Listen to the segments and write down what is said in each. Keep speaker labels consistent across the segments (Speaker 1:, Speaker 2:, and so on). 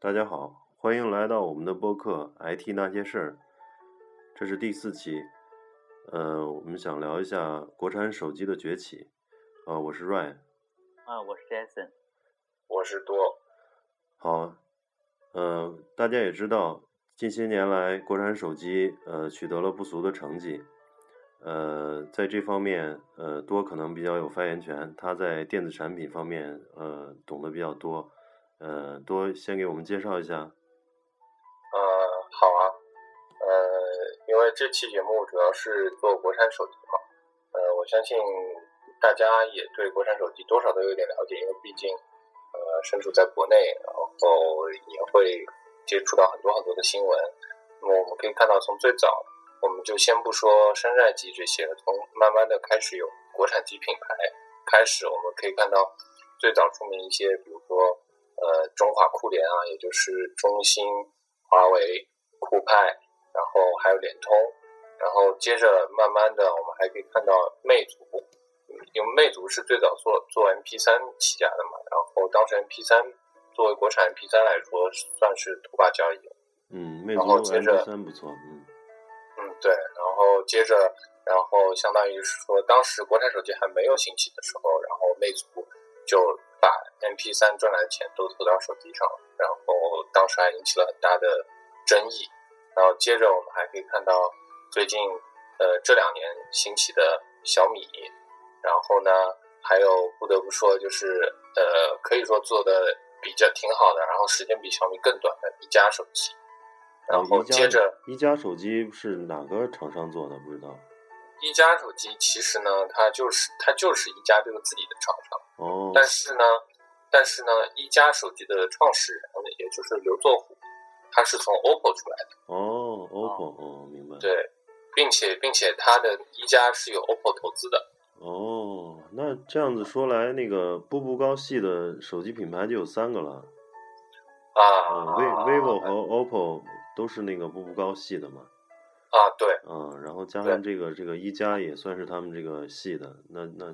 Speaker 1: 大家好，欢迎来到我们的播客《IT 那些事儿》，这是第四期。呃，我们想聊一下国产手机的崛起。啊、我是 Ryan。
Speaker 2: 啊，我是 Jason。
Speaker 3: 我是多，
Speaker 1: 好，啊呃，大家也知道，近些年来国产手机呃取得了不俗的成绩，呃，在这方面呃多可能比较有发言权，他在电子产品方面呃懂得比较多，呃，多先给我们介绍一下。
Speaker 3: 呃，好啊，呃，因为这期节目主要是做国产手机嘛，呃，我相信大家也对国产手机多少都有点了解，因为毕竟呃身处在国内，然后也会接触到很多很多的新闻。那么我们可以看到，从最早我们就先不说山寨机这些，从慢慢的开始有国产机品牌开始，我们可以看到最早出名一些，比如说呃中华酷联啊，也就是中兴、华为、酷派，然后还有联通，然后接着慢慢的我们还可以看到魅族，因为魅族是最早做做 MP 三起家的嘛，然后当时 MP 三作为国产 MP 三来说算是头把交椅，
Speaker 1: 嗯，魅
Speaker 3: 然
Speaker 1: 族
Speaker 3: 后接
Speaker 1: MP
Speaker 3: 着
Speaker 1: 三不错，嗯
Speaker 3: 嗯，对，然后接着，然后相当于是说，当时国产手机还没有兴起的时候，然后魅族就把 MP 三赚来的钱都投到手机上了，然后当时还引起了很大的争议。然后接着我们还可以看到最近，呃，这两年兴起的小米，然后呢，还有不得不说就是，呃，可以说做的比较挺好的，然后时间比小米更短的一加手机，然后
Speaker 1: 啊宜家
Speaker 3: 接着。
Speaker 1: 宜家手机是哪个厂商做的？不知道。
Speaker 3: 一加手机其实呢，它就是它就是一加这个自己的厂商，
Speaker 1: 哦，
Speaker 3: 但是呢，但是呢，一加手机的创始人也就是刘作虎，他是从 OPPO 出来的，
Speaker 1: 哦，OPPO，哦，明白。
Speaker 3: 对，并且并且他的一加是有 OPPO 投资的，
Speaker 1: 哦，那这样子说来，那个步步高系的手机品牌就有三个了，
Speaker 3: 啊
Speaker 1: 啊、v vivo 和 OPPO 都是那个步步高系的嘛，
Speaker 3: 啊，对，
Speaker 1: 嗯，然后加
Speaker 3: 对
Speaker 1: 上这个这个一加也算是他们这个系的，那那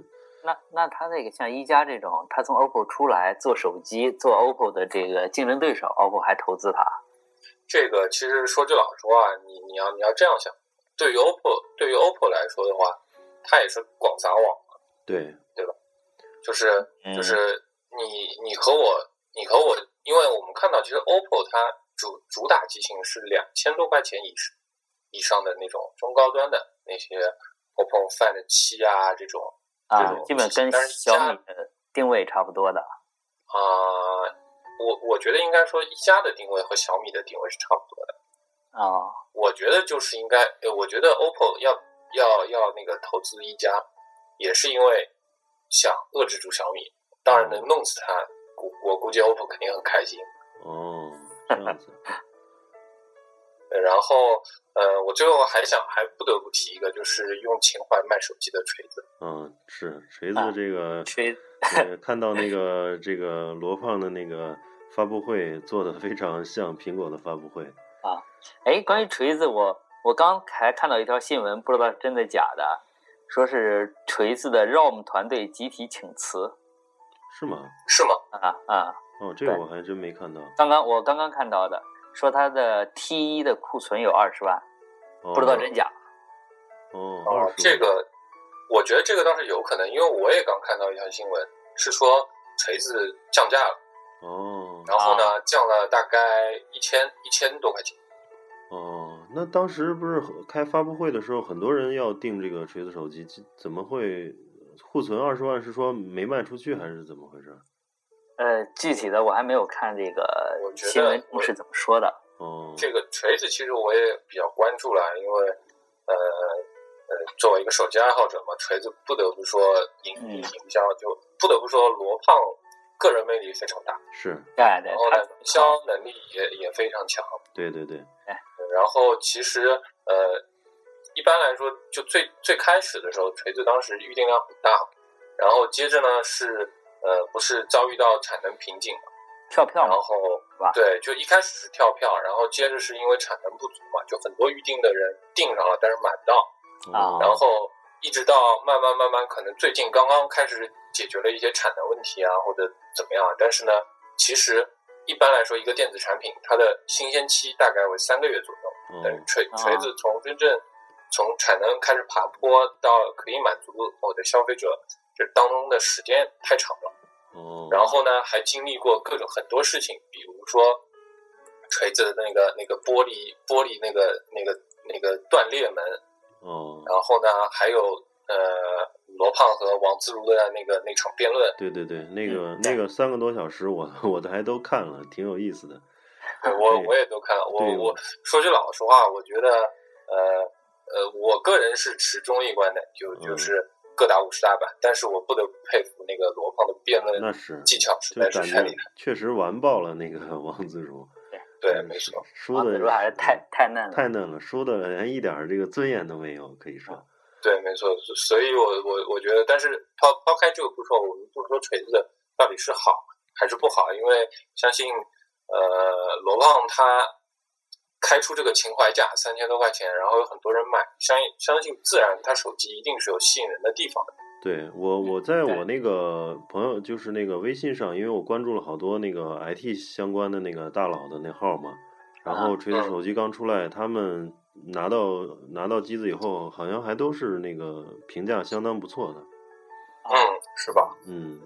Speaker 2: 那那他那个像一加这种，他从 OPPO 出来做手机，做 OPPO 的这个竞争对手，OPPO 还投资他。
Speaker 3: 这个其实说句老实话，你你要你要这样想，对于 OPPO 对于 OPPO 来说的话，它也是广撒网。
Speaker 1: 对，
Speaker 3: 就是
Speaker 2: 嗯
Speaker 3: 就是你你和我你和我，因为我们看到其实 OPPO 它主主打机型是两千多块钱以上以上的那种中高端的那些 OPPO Find 七啊这种
Speaker 2: 啊
Speaker 3: 这，种
Speaker 2: 基本跟
Speaker 3: 但是
Speaker 2: 小
Speaker 3: 加
Speaker 2: 米的定位差不多的。
Speaker 3: 啊、我我觉得应该说一加的定位和小米的定位是差不多的。
Speaker 2: 啊
Speaker 3: 我觉得就是应该，呃我觉得 OPPO 要要要那个投资一加，也是因为想遏制住小米，当然能弄死它，我我估计 OPPO 肯定很开心。
Speaker 1: 哦，这样子，
Speaker 3: 呃然后，呃，我最后还想还不得不提一个，就是用情怀卖手机的锤子。
Speaker 1: 嗯，是锤子
Speaker 2: 啊
Speaker 1: 这个，
Speaker 2: 锤
Speaker 1: 呃看到那个这个罗胖的那个发布会做的非常像苹果的发布会，
Speaker 2: 哎，关于锤子，我我刚还看到一条新闻，不知道是真的假的，说是锤子的 ROM 团队集体请辞
Speaker 1: 是吗？
Speaker 3: 是吗？
Speaker 2: 啊啊！
Speaker 1: 哦，这个
Speaker 2: 对
Speaker 1: 我还真没看到，
Speaker 2: 刚刚我刚刚看到的，说它的 T 一的库存有二十万，
Speaker 1: 哦、
Speaker 2: 不知道真假。
Speaker 1: 哦，
Speaker 3: 哦
Speaker 1: 二，十
Speaker 3: 这个，我觉得这个倒是有可能，因为我也刚看到一条新闻，是说锤子降价了，
Speaker 1: 哦
Speaker 3: 然后
Speaker 2: 啊
Speaker 3: 呢，降了大概一千一千多块钱。
Speaker 1: 哦，那当时不是很开发布会的时候，很多人要订这个锤子手机，这怎么会库存二十万？是说没卖出去还是怎么回事？
Speaker 2: 呃，具体的我还没有看这个
Speaker 3: 我觉得
Speaker 2: 新闻中
Speaker 3: 我
Speaker 2: 是怎么说的。嗯
Speaker 1: 哦，
Speaker 3: 这个锤子其实我也比较关注了，因为，呃呃，作为一个手机爱好者嘛，锤子不得不说营
Speaker 2: 嗯
Speaker 3: 营销就不得不说罗胖个人魅力非常大，
Speaker 1: 是
Speaker 2: 对对
Speaker 3: 然后，呢，
Speaker 2: 它
Speaker 3: 营销能力也也非常强。
Speaker 1: 对对对，
Speaker 3: 然后其实呃，一般来说，就最最开始的时候，锤子当时预定量很大，然后接着呢是呃，不是遭遇到产能瓶颈嘛，
Speaker 2: 跳票
Speaker 3: 然
Speaker 2: 嘛，
Speaker 3: 后
Speaker 2: 是吧
Speaker 3: 对，就一开始是跳票，然后接着是因为产能不足嘛，就很多预定的人订上了，但是买不到，
Speaker 1: 哦
Speaker 2: 啊
Speaker 3: 然后一直到慢慢慢慢，可能最近啊刚刚开始解决了一些产能问题啊，或者怎么样，但是呢，其实一般来说，一个电子产品它的新鲜期大概为三个月左右。等于
Speaker 1: 嗯
Speaker 3: 锤
Speaker 2: 啊
Speaker 3: 锤子从真正从产能开始爬坡到可以满足我的消费者，这当中的时间太长了。
Speaker 1: 哦，
Speaker 3: 然后呢，还经历过各种很多事情，比如说锤子的那个那个玻璃玻璃那个那个那个断裂门，
Speaker 1: 哦，
Speaker 3: 然后呢，还有呃罗胖和王自如的那个那场辩论，
Speaker 1: 对对对，那
Speaker 2: 嗯
Speaker 1: 个那
Speaker 2: 对
Speaker 1: 个三个多小时我，我都还都看了，挺有意思的。
Speaker 3: 对 我
Speaker 1: 对
Speaker 3: 我也都看了。我
Speaker 1: 对
Speaker 3: 我说句老实话，我觉得呃呃，我个人是持中立观的，就
Speaker 1: 嗯
Speaker 3: 就是各打五十大板。但是我不得不佩服那个罗胖的辩论
Speaker 1: 那是
Speaker 3: 技巧实
Speaker 1: 就
Speaker 3: 在是
Speaker 1: 感
Speaker 3: 太厉
Speaker 1: 觉
Speaker 3: 害。
Speaker 1: 确实完爆了那个 王自如，
Speaker 3: 对，
Speaker 1: 嗯
Speaker 3: 没错。，
Speaker 1: 输
Speaker 2: 子
Speaker 1: 的
Speaker 2: 如还是太太嫩了，
Speaker 1: 太嫩了，输的连一点儿这个尊严都没有，可以
Speaker 2: 嗯
Speaker 1: 说，
Speaker 3: 对，没错。所以我我我觉得，但是抛抛开这个不说，我们不说锤子到底是好还是不好，因为相信呃罗胖他开出这个情怀价三千多块钱，然后有很多人买，相信相信自然他手机一定是有吸引人的地方的。
Speaker 1: 对我我在
Speaker 2: 嗯对
Speaker 1: 我那个朋友就是那个微信上，因为我关注了好多那个 IT 相关的那个大佬的那号嘛，然
Speaker 2: 啊
Speaker 1: 后锤子
Speaker 3: 嗯
Speaker 1: 手机刚出来，他们拿到拿到机子以后，好像还都是那个评价相当不错的，
Speaker 2: 啊
Speaker 3: 嗯，是吧？
Speaker 1: 嗯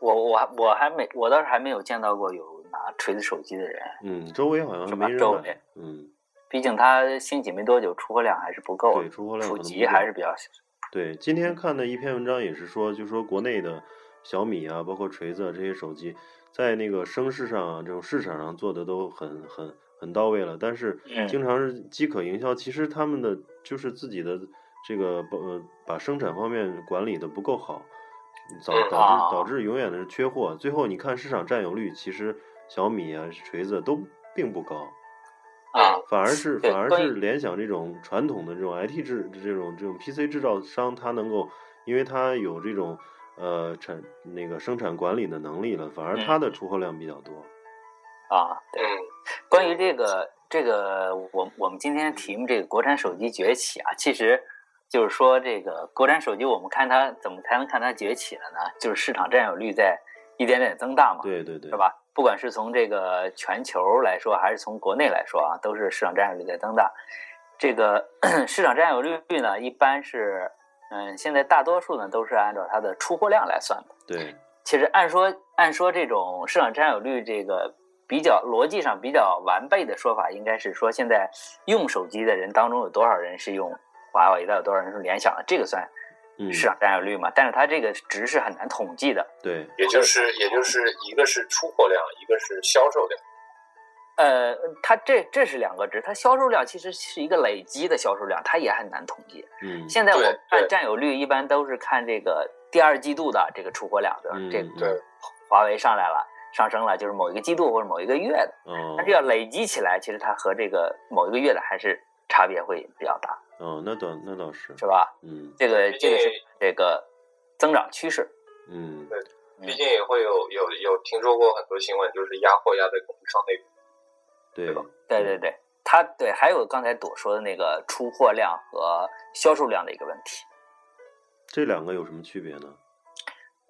Speaker 2: 我我还我还没，我倒是还没有见到过有拿锤子手机的人，
Speaker 1: 嗯，周围好像还
Speaker 2: 是吧
Speaker 1: 没人
Speaker 2: 周
Speaker 1: 买
Speaker 2: 围，
Speaker 1: 嗯，
Speaker 2: 毕竟它兴起没多久，出货量还是不够
Speaker 1: 对，
Speaker 2: 的，
Speaker 1: 出货量可
Speaker 2: 普
Speaker 1: 能不
Speaker 2: 及
Speaker 1: 够
Speaker 2: 还是比较小。
Speaker 1: 对，今天看的一篇文章也是说，就说国内的小米啊，包括锤子、啊、这些手机，在那个声势上啊，这种市场上做的都很很很到位了，但是
Speaker 2: 嗯
Speaker 1: 经常是饥渴营销，其实他们的就是自己的这个把呃把生产方面管理的不够好，导导致
Speaker 2: 啊
Speaker 1: 导致永远的是缺货，最后你看市场占有率，其实小米啊、锤子都并不高。
Speaker 2: 啊，
Speaker 1: 反而是
Speaker 2: 对
Speaker 1: 反而
Speaker 2: 关于
Speaker 1: 是联想这种传统的这种 IT 制这种这种 PC 制造商，它能够，因为它有这种呃产那个生产管理的能力了，反而
Speaker 2: 嗯
Speaker 1: 它的出货量比较多。
Speaker 2: 啊，对。
Speaker 3: 嗯，
Speaker 2: 关于这个这个，我我们今天题目这个国产手机崛起啊，其实就是说这个国产手机，我们看它怎么才能看它崛起了呢？就是市场占有率在一点点增大嘛，
Speaker 1: 对对对，
Speaker 2: 是？吧？不管是从这个全球来说，还是从国内来说啊，都是市场占有率在增大。这个 市场占有率呢，一般是，嗯，现在大多数呢都是按照它的出货量来算的。
Speaker 1: 对，
Speaker 2: 其实按说按说这种市场占有率这个比较逻辑上比较完备的说法，应该是说现在用手机的人当中有多少人是用华为的，有多少人是联想的，这个算
Speaker 1: 嗯，
Speaker 2: 市场占有率嘛？但是啊它这个值是很难统计的。
Speaker 1: 对，
Speaker 3: 也就是也就是一个是出货量，一个是销售量。
Speaker 2: 呃，它这这是两个值，它销售量其实是一个累积的销售量，它也很难统计。
Speaker 1: 嗯，
Speaker 2: 现在我
Speaker 3: 对
Speaker 2: 们看
Speaker 3: 对
Speaker 2: 占有率一般都是看这个第二季度的这个出货量，比
Speaker 1: 嗯
Speaker 2: 如这
Speaker 1: 对
Speaker 2: 个华为上来了，上升了，就是某一个季度或者某一个月的。
Speaker 1: 哦
Speaker 2: 但是要累积起来，其实它和这个某一个月的还是差别会比较大，
Speaker 1: 哦，那倒那倒是，
Speaker 2: 是吧？
Speaker 1: 嗯
Speaker 2: 这个这
Speaker 3: 毕竟
Speaker 2: 个是这个增长趋势，
Speaker 1: 嗯，
Speaker 2: 嗯
Speaker 3: 毕竟也会有有有听说过很多新闻，就是压货压在供应商那边。
Speaker 1: 对
Speaker 3: 吧
Speaker 2: 对对对，它对还有刚才朵说的那个出货量和销售量的一个问题，
Speaker 1: 这两个有什么区别呢？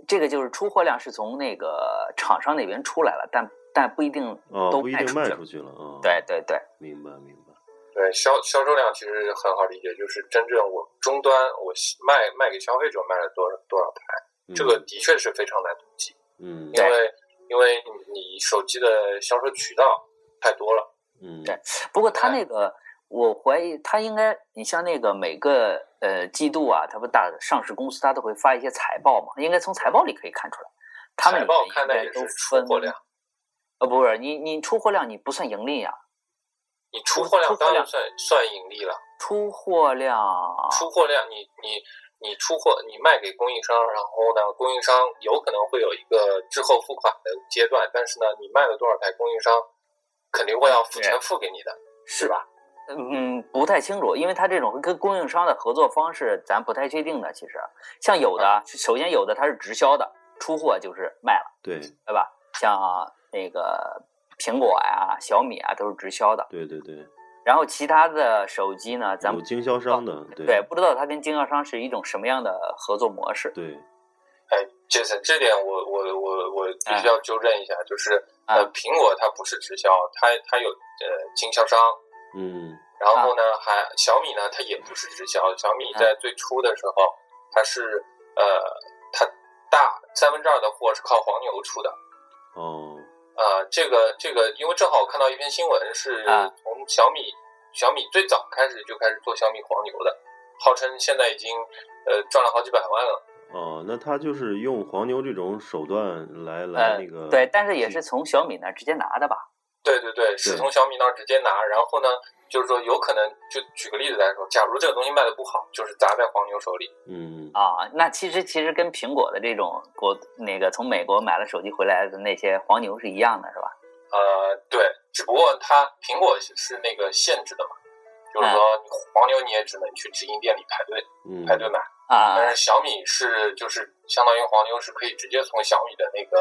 Speaker 2: 这个就是出货量是从那个厂商那边出来了，但但不一定
Speaker 1: 哦，
Speaker 2: 都
Speaker 1: 不一
Speaker 2: 卖
Speaker 1: 定
Speaker 2: 出
Speaker 1: 卖
Speaker 2: 去了
Speaker 1: 出去了啊。哦
Speaker 2: 对，对对，
Speaker 1: 明白明白。
Speaker 3: 对销销售量其实很好理解，就是真正我终端我卖卖给消费者卖了多少多少台，
Speaker 1: 嗯
Speaker 3: 这个的确是非常难统计，
Speaker 1: 嗯
Speaker 3: 因
Speaker 2: 对
Speaker 3: 为因为你手机的销售渠道太多了。
Speaker 1: 嗯
Speaker 2: 对不过它
Speaker 3: 对
Speaker 2: 那个，我怀疑它应该，你像那个每个呃季度啊，它不大上市公司它都会发一些财报嘛，应该从财报里可以看出来，他们
Speaker 3: 财报
Speaker 2: 里面
Speaker 3: 看的
Speaker 2: 应
Speaker 3: 也
Speaker 2: 该都
Speaker 3: 是出货量
Speaker 2: 分，呃，不是你你出货量你不算盈利啊，
Speaker 3: 你出货量
Speaker 2: 出货
Speaker 3: 当然
Speaker 2: 量
Speaker 3: 算算盈利了，
Speaker 2: 出货量
Speaker 3: 出货量你你你出货你卖给供应商，然后呢，供应商有可能会有一个滞后付款的阶段，但是呢，你卖了多少台，供应商肯定会要付钱
Speaker 2: 对
Speaker 3: 付给你的。
Speaker 2: 是吧？嗯，不太清楚，因为它这种跟供应商的合作方式，咱不太确定的。其实，像有的，首先有的它是直销的，出货就是卖了，
Speaker 1: 对
Speaker 2: 对吧？像、那个苹果呀、小米啊，都是直销的。
Speaker 1: 对对对，
Speaker 2: 然后其他的手机呢，咱
Speaker 1: 有
Speaker 2: 们
Speaker 1: 经销商的，
Speaker 2: 不知道它跟经销商是一种什么样的合作模式。
Speaker 1: 对，
Speaker 3: 哎， Jason，这点我我我我必
Speaker 2: 嗯
Speaker 3: 须要纠正一下，就是呃
Speaker 2: 嗯，
Speaker 3: 苹果它不是直销，它它有呃经销商，
Speaker 1: 嗯
Speaker 3: 然后呢，还小米呢，它也不是直销。小
Speaker 2: 嗯
Speaker 3: 米在最初的时候，它是呃，它大三分之二的货是靠黄牛出的。
Speaker 1: 哦
Speaker 3: 呃，这个这个，因为正好我看到一篇新闻，是
Speaker 2: 啊
Speaker 3: 从小米、小米最早开始就开始做小米黄牛的，号称现在已经呃赚了好几百万了。
Speaker 1: 哦，那他就是用黄牛这种手段来来
Speaker 2: 呃
Speaker 1: 那个，
Speaker 2: 对，但是也是从小米那儿直接拿的吧？
Speaker 3: 对对对，是
Speaker 1: 对
Speaker 3: 从小米那儿直接拿，然后呢，就是说有可能就举个例子来说，假如这个东西卖的不好，就是砸在黄牛手里。
Speaker 1: 嗯
Speaker 2: 啊，那其实其实跟苹果的这种国那个从美国买了手机回来的那些黄牛是一样的，是吧？
Speaker 3: 呃，对，只不过它苹果是那个限制的嘛，就是
Speaker 1: 哎
Speaker 3: 说你黄牛你也只能去直营店里排队
Speaker 1: 嗯
Speaker 3: 排队买，
Speaker 2: 啊，
Speaker 3: 但是呃小米是就是相当于黄牛是可以直接从小米的那个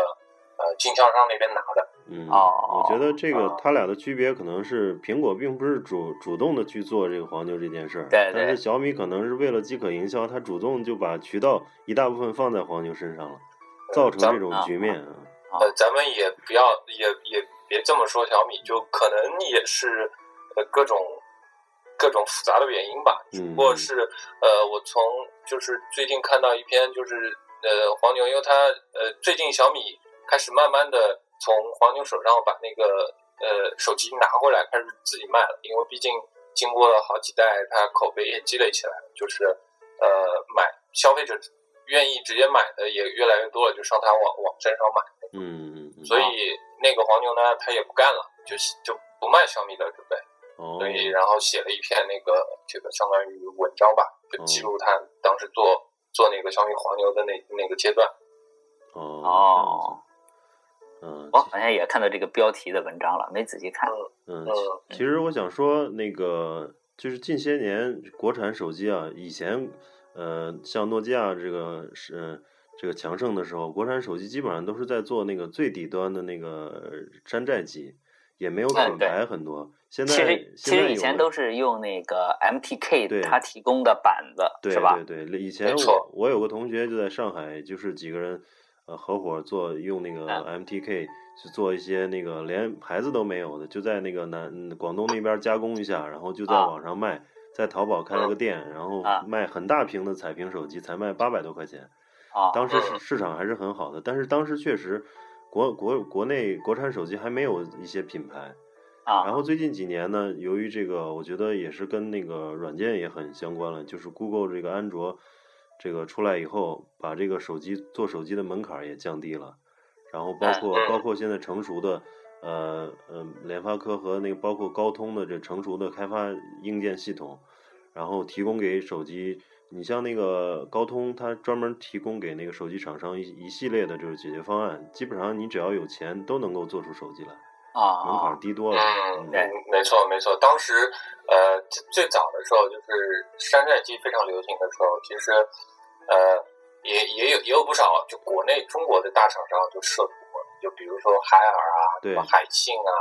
Speaker 3: 呃经销商那边拿的。
Speaker 1: 嗯，
Speaker 2: 哦
Speaker 1: 我觉得这个
Speaker 3: 哦
Speaker 1: 它俩的区别可能是苹果并不是主主动的去做这个黄牛这件事儿，
Speaker 2: 对
Speaker 1: 但
Speaker 2: 对
Speaker 1: 是小米可能是为了饥渴营销，它主动就把渠道一大部分放在黄牛身上了，
Speaker 3: 呃
Speaker 1: 造成
Speaker 3: 咱
Speaker 1: 这种
Speaker 2: 啊
Speaker 1: 局面啊。
Speaker 3: 呃，咱们也不要也也别这么说小米，就可能也是呃各种各种复杂的原因吧。只不过
Speaker 1: 嗯
Speaker 3: 是呃，我从就是最近看到一篇就是呃黄牛，因为它呃最近小米开始慢慢的从黄牛手上把那个呃手机拿回来，开始自己卖了，因为毕竟经过了好几代，它口碑也积累起来了，就是呃买消费者愿意直接买的也越来越多了，就上它网网站上买。
Speaker 1: 嗯嗯嗯，
Speaker 3: 所以那个黄牛呢，他也不干了，就就不卖小米的准备，
Speaker 1: 哦
Speaker 3: 所以然后写了一篇那个这个相当于文章吧，就记录他当时做做那个小米黄牛的那那个阶段。
Speaker 1: 哦这样
Speaker 2: 哦，
Speaker 3: 哦
Speaker 1: 子嗯
Speaker 2: 我好像也看到这个标题的文章了，没仔细看。
Speaker 1: 嗯
Speaker 2: 呃
Speaker 3: 嗯，
Speaker 1: 其其实我想说那个就是近些年国产手机啊，以前呃像诺基亚这个是。这个强盛的时候，国产手机基本上都是在做那个最底端的那个呃山寨机，也没有
Speaker 2: 哎
Speaker 1: 品
Speaker 2: 对
Speaker 1: 牌很多。现在
Speaker 2: 其实其
Speaker 1: 现在
Speaker 2: 实以
Speaker 1: 有
Speaker 2: 前
Speaker 1: 了
Speaker 2: 都是用那个
Speaker 1: 对
Speaker 2: MTK 它提供的板子，
Speaker 1: 对
Speaker 2: 是吧？
Speaker 1: 对对，以前我
Speaker 3: 错
Speaker 1: 我有个同学就在上海，就是几个人呃合伙做用那个
Speaker 2: 嗯
Speaker 1: MTK 去做一些那个连牌子都没有的，就在那个南嗯广东那边加工一下，然后就在
Speaker 2: 啊
Speaker 1: 网上卖，在淘宝开了个店，然后
Speaker 2: 啊
Speaker 1: 卖很大屏的彩屏手机，才卖八百多块钱。
Speaker 2: 啊，
Speaker 1: 当时市
Speaker 3: 嗯
Speaker 1: 市场还是很好的，但是当时确实国国国内国产手机还没有一些品牌。
Speaker 2: 啊，
Speaker 1: 然后最近几年呢，由于这个，我觉得也是跟那个软件也很相关了，就是 Google 这个安卓这个出来以后，把这个手机做手机的门槛儿也降低了，然后包
Speaker 2: 嗯
Speaker 1: 括
Speaker 3: 嗯
Speaker 1: 包括现在成熟的。呃呃，联发科和那个包括高通的这成熟的开发硬件系统，然后提供给手机，你像那个高通，它专门提供给那个手机厂商一一系列的这个解决方案，基本上你只要有钱都能够做出手机来。
Speaker 2: 啊
Speaker 1: 门槛
Speaker 2: 啊
Speaker 1: 低多了。
Speaker 3: 嗯，
Speaker 2: 对
Speaker 3: 没错没错。当时呃最最早的时候，就是山寨机非常流行的时候，其实呃也也有也有不少就国内中国的大厂商就涉足过，就比如说海尔啊，
Speaker 1: 对
Speaker 3: 什么海信啊，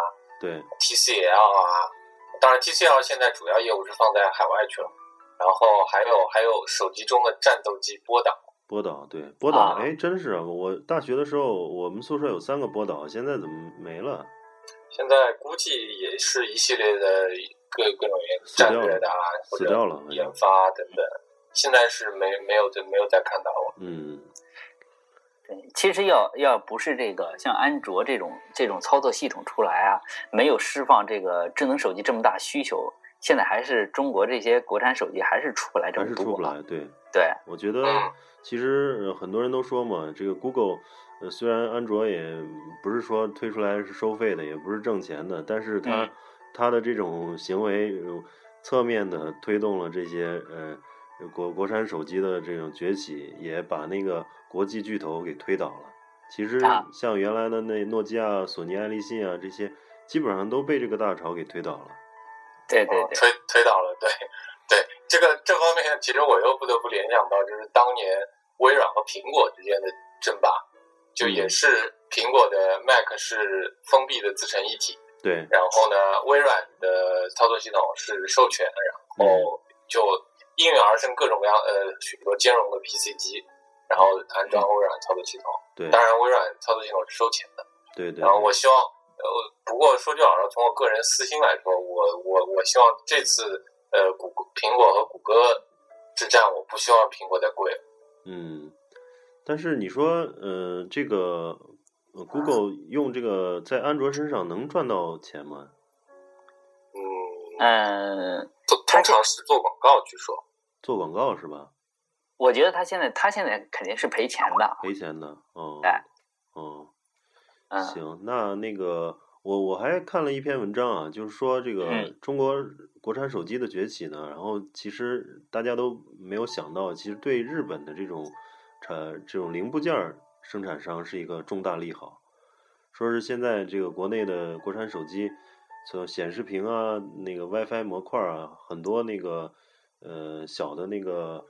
Speaker 1: 对，
Speaker 3: TCL 啊，当然 TCL 现在主要业务是放在海外去了，然后还有还有手机中的战斗机波导，
Speaker 1: 波导对波导，
Speaker 2: 啊
Speaker 1: 哎、真是啊！我大学的时候，我们宿舍有三个波导，现在怎么没了？
Speaker 3: 现在估计也是一系列的各各种原因
Speaker 1: 死掉
Speaker 3: 战
Speaker 1: 了
Speaker 3: 略的啊，或
Speaker 1: 死
Speaker 3: 者
Speaker 1: 掉了，好
Speaker 3: 研
Speaker 1: 像。
Speaker 3: 发等等，现在是没没有没有再看到了。
Speaker 1: 嗯
Speaker 2: 对，其实要要不是这个像安卓这种这种操作系统出来啊，没有释放这个智能手机这么大需求，现在还是中国这些国产手机还是哎出不来这
Speaker 1: 还
Speaker 2: 么
Speaker 1: 是
Speaker 2: 多，
Speaker 1: 出不来。对，
Speaker 2: 对，
Speaker 1: 我觉得
Speaker 3: 嗯
Speaker 1: 其实呃很多人都说嘛，这个 Google，呃，虽然安卓也不是说推出来是收费的，也不是挣钱的，但是它、
Speaker 2: 嗯
Speaker 1: 它的这种行为，呃侧面的推动了这些呃国国产手机的这种崛起，也把那个国际巨头给推倒了。其实
Speaker 2: 啊
Speaker 1: 像原来的那诺基亚、索尼、爱立信啊这些，基本上都被这个大潮给推倒了。
Speaker 2: 对对
Speaker 3: 嗯
Speaker 2: 对，
Speaker 3: 推推倒了，对对，这个这方面其实我又不得不联想到，就是当年微软和苹果之间的争霸，就也
Speaker 1: 嗯
Speaker 3: 是苹果的 Mac 是封闭的自成一体，
Speaker 1: 对，
Speaker 3: 然后呢，微软的操作系统是授权，哦然后就应运而生各种各样呃许多兼容的 PC 机，然后安
Speaker 1: 嗯
Speaker 3: 装微软操作系统。
Speaker 1: 对
Speaker 3: 当然，微软操作系统是收钱的。
Speaker 1: 对对
Speaker 3: 然，后我希望，呃，不过说句老实话，从我个人私心来说，我我我希望这次呃，谷歌苹果和谷歌之战，我不希望苹果再跪。
Speaker 1: 嗯，但是你说，呃，这个呃 Google 用这个在安卓身上能赚到钱吗？
Speaker 3: 嗯，
Speaker 2: 嗯，
Speaker 3: 通通常是做广告，据说。
Speaker 1: 做广告是吧？
Speaker 2: 我觉得他现在他现在肯定是赔钱的，
Speaker 1: 赔钱的，哦
Speaker 2: 哎，
Speaker 1: 哦，
Speaker 2: 嗯，
Speaker 1: 行，那那个我我还看了一篇文章啊，就是说这个
Speaker 2: 嗯
Speaker 1: 中国国产手机的崛起呢，然后其实大家都没有想到，其实对日本的这种产这种零部件儿生产商是一个重大利好。说是现在这个国内的国产手机，从显示屏啊，那个 WiFi 模块儿啊，很多那个呃小的那个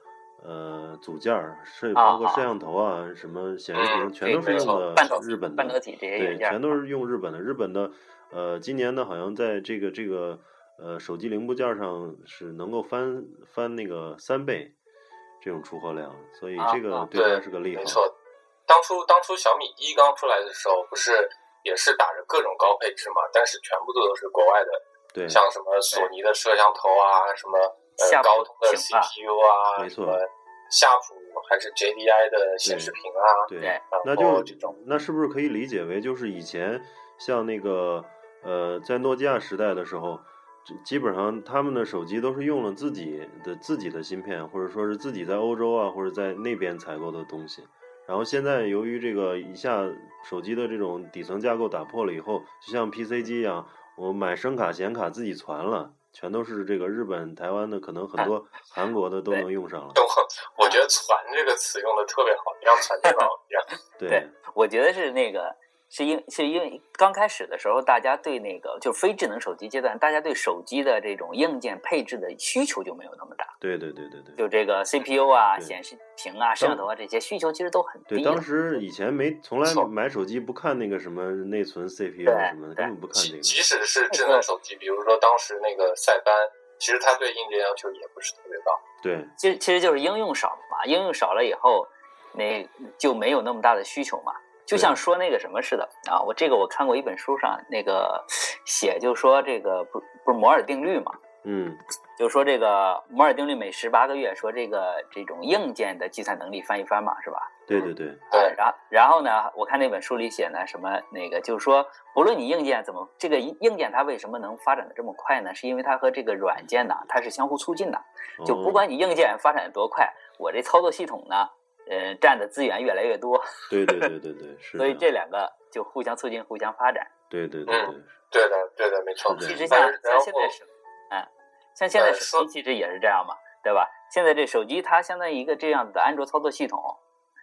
Speaker 1: 呃组件儿，摄包括
Speaker 2: 啊啊
Speaker 1: 摄像头啊，什么显示屏，
Speaker 3: 嗯
Speaker 1: 全都
Speaker 2: 对
Speaker 1: 是
Speaker 2: 没
Speaker 1: 用
Speaker 2: 错
Speaker 1: 的
Speaker 2: 半导体
Speaker 1: 日本的
Speaker 2: 半导体这些
Speaker 1: 对，
Speaker 2: 元件儿，
Speaker 1: 全都是用日本的。日本的，呃，今年呢，好像在这个这个呃手机零部件上是能够翻翻那个三倍这种出货量，所以
Speaker 2: 啊
Speaker 1: 这个
Speaker 2: 啊
Speaker 1: 对它是个利好。
Speaker 3: 没错，当初当初小米一刚出来的时候，不是也是打着各种高配置嘛，但是全部都是国外的，
Speaker 1: 对，
Speaker 3: 像什么索尼的摄像头啊，什么
Speaker 2: 夏
Speaker 3: 呃
Speaker 2: 普
Speaker 3: 高通的
Speaker 2: 屏啊
Speaker 3: CPU 啊，
Speaker 1: 没错
Speaker 3: 什么夏普还是 JDI 的显示屏啊，
Speaker 1: 对
Speaker 2: 对，
Speaker 1: 那
Speaker 3: 然
Speaker 1: 就
Speaker 3: 后这种
Speaker 1: 那是不是可以理解为就是以前像那个呃，在诺基亚时代的时候，这基本上他们的手机都是用了自己的自己的芯片，或者说是自己在欧洲啊或者在那边采购的东西。然后现在由于这个一下手机的这种底层架构打破了以后，就像 PC 机一样，我买声卡显卡自己传了，全都是这个日本、台湾的，可能很多韩国的都
Speaker 2: 对
Speaker 1: 能用上了。
Speaker 3: 我觉得“传”这个词用的特别好，像 传电脑一样。
Speaker 1: 对
Speaker 2: 对，我觉得是那个，是因是因为刚开始的时候，大家对那个就是非智能手机阶段，大家对手机的这种硬件配置的需求就没有那么大，
Speaker 1: 对对对对对。
Speaker 2: 就这个 CPU 啊、
Speaker 1: 对
Speaker 2: 显示屏啊、摄像头啊这些需求其实都很
Speaker 1: 对，
Speaker 2: 低的。
Speaker 1: 当时以前没从来
Speaker 3: 错
Speaker 1: 买手机不看那个什么内存、CPU
Speaker 2: 对
Speaker 1: 什么的，根本不看这
Speaker 3: 即
Speaker 1: 个。
Speaker 3: 即使是智能手机，比如说当时那个塞班，其实它对硬件要求也不是特别高。
Speaker 1: 对
Speaker 2: 其实其实就是应用少嘛，应用少了以后，那就没有那么大的需求嘛。就像说那个什么似的啊，我这个我看过一本书上那个写，就说这个不不是摩尔定律嘛，
Speaker 1: 嗯，
Speaker 2: 就说这个摩尔定律每十八个月说这个这种硬件的计算能力翻一番嘛，是吧？
Speaker 1: 对对对，
Speaker 3: 对
Speaker 2: 啊然然后呢，我看那本书里写呢，什么那个就是说，不论你硬件怎么，这个硬件它为什么能发展的这么快呢？是因为它和这个软件呢，它是相互促进的。就
Speaker 1: 哦
Speaker 2: 不管你硬件发展得多快，我这操作系统呢，呃，占的资源越来越多，
Speaker 1: 对对对对对，是的。
Speaker 2: 所以这两个就互相促进、互相发展。
Speaker 1: 对对对对，
Speaker 3: 对的，对的，没错。
Speaker 1: 是
Speaker 2: 其
Speaker 1: 的
Speaker 2: 实像
Speaker 3: 但是然
Speaker 2: 像
Speaker 3: 后
Speaker 2: 现在手，嗯，像现在
Speaker 3: 呃
Speaker 2: 手
Speaker 3: 说
Speaker 2: 机其实也是这样嘛，对吧？现在这手机它相当于一个这样的安卓操作系统，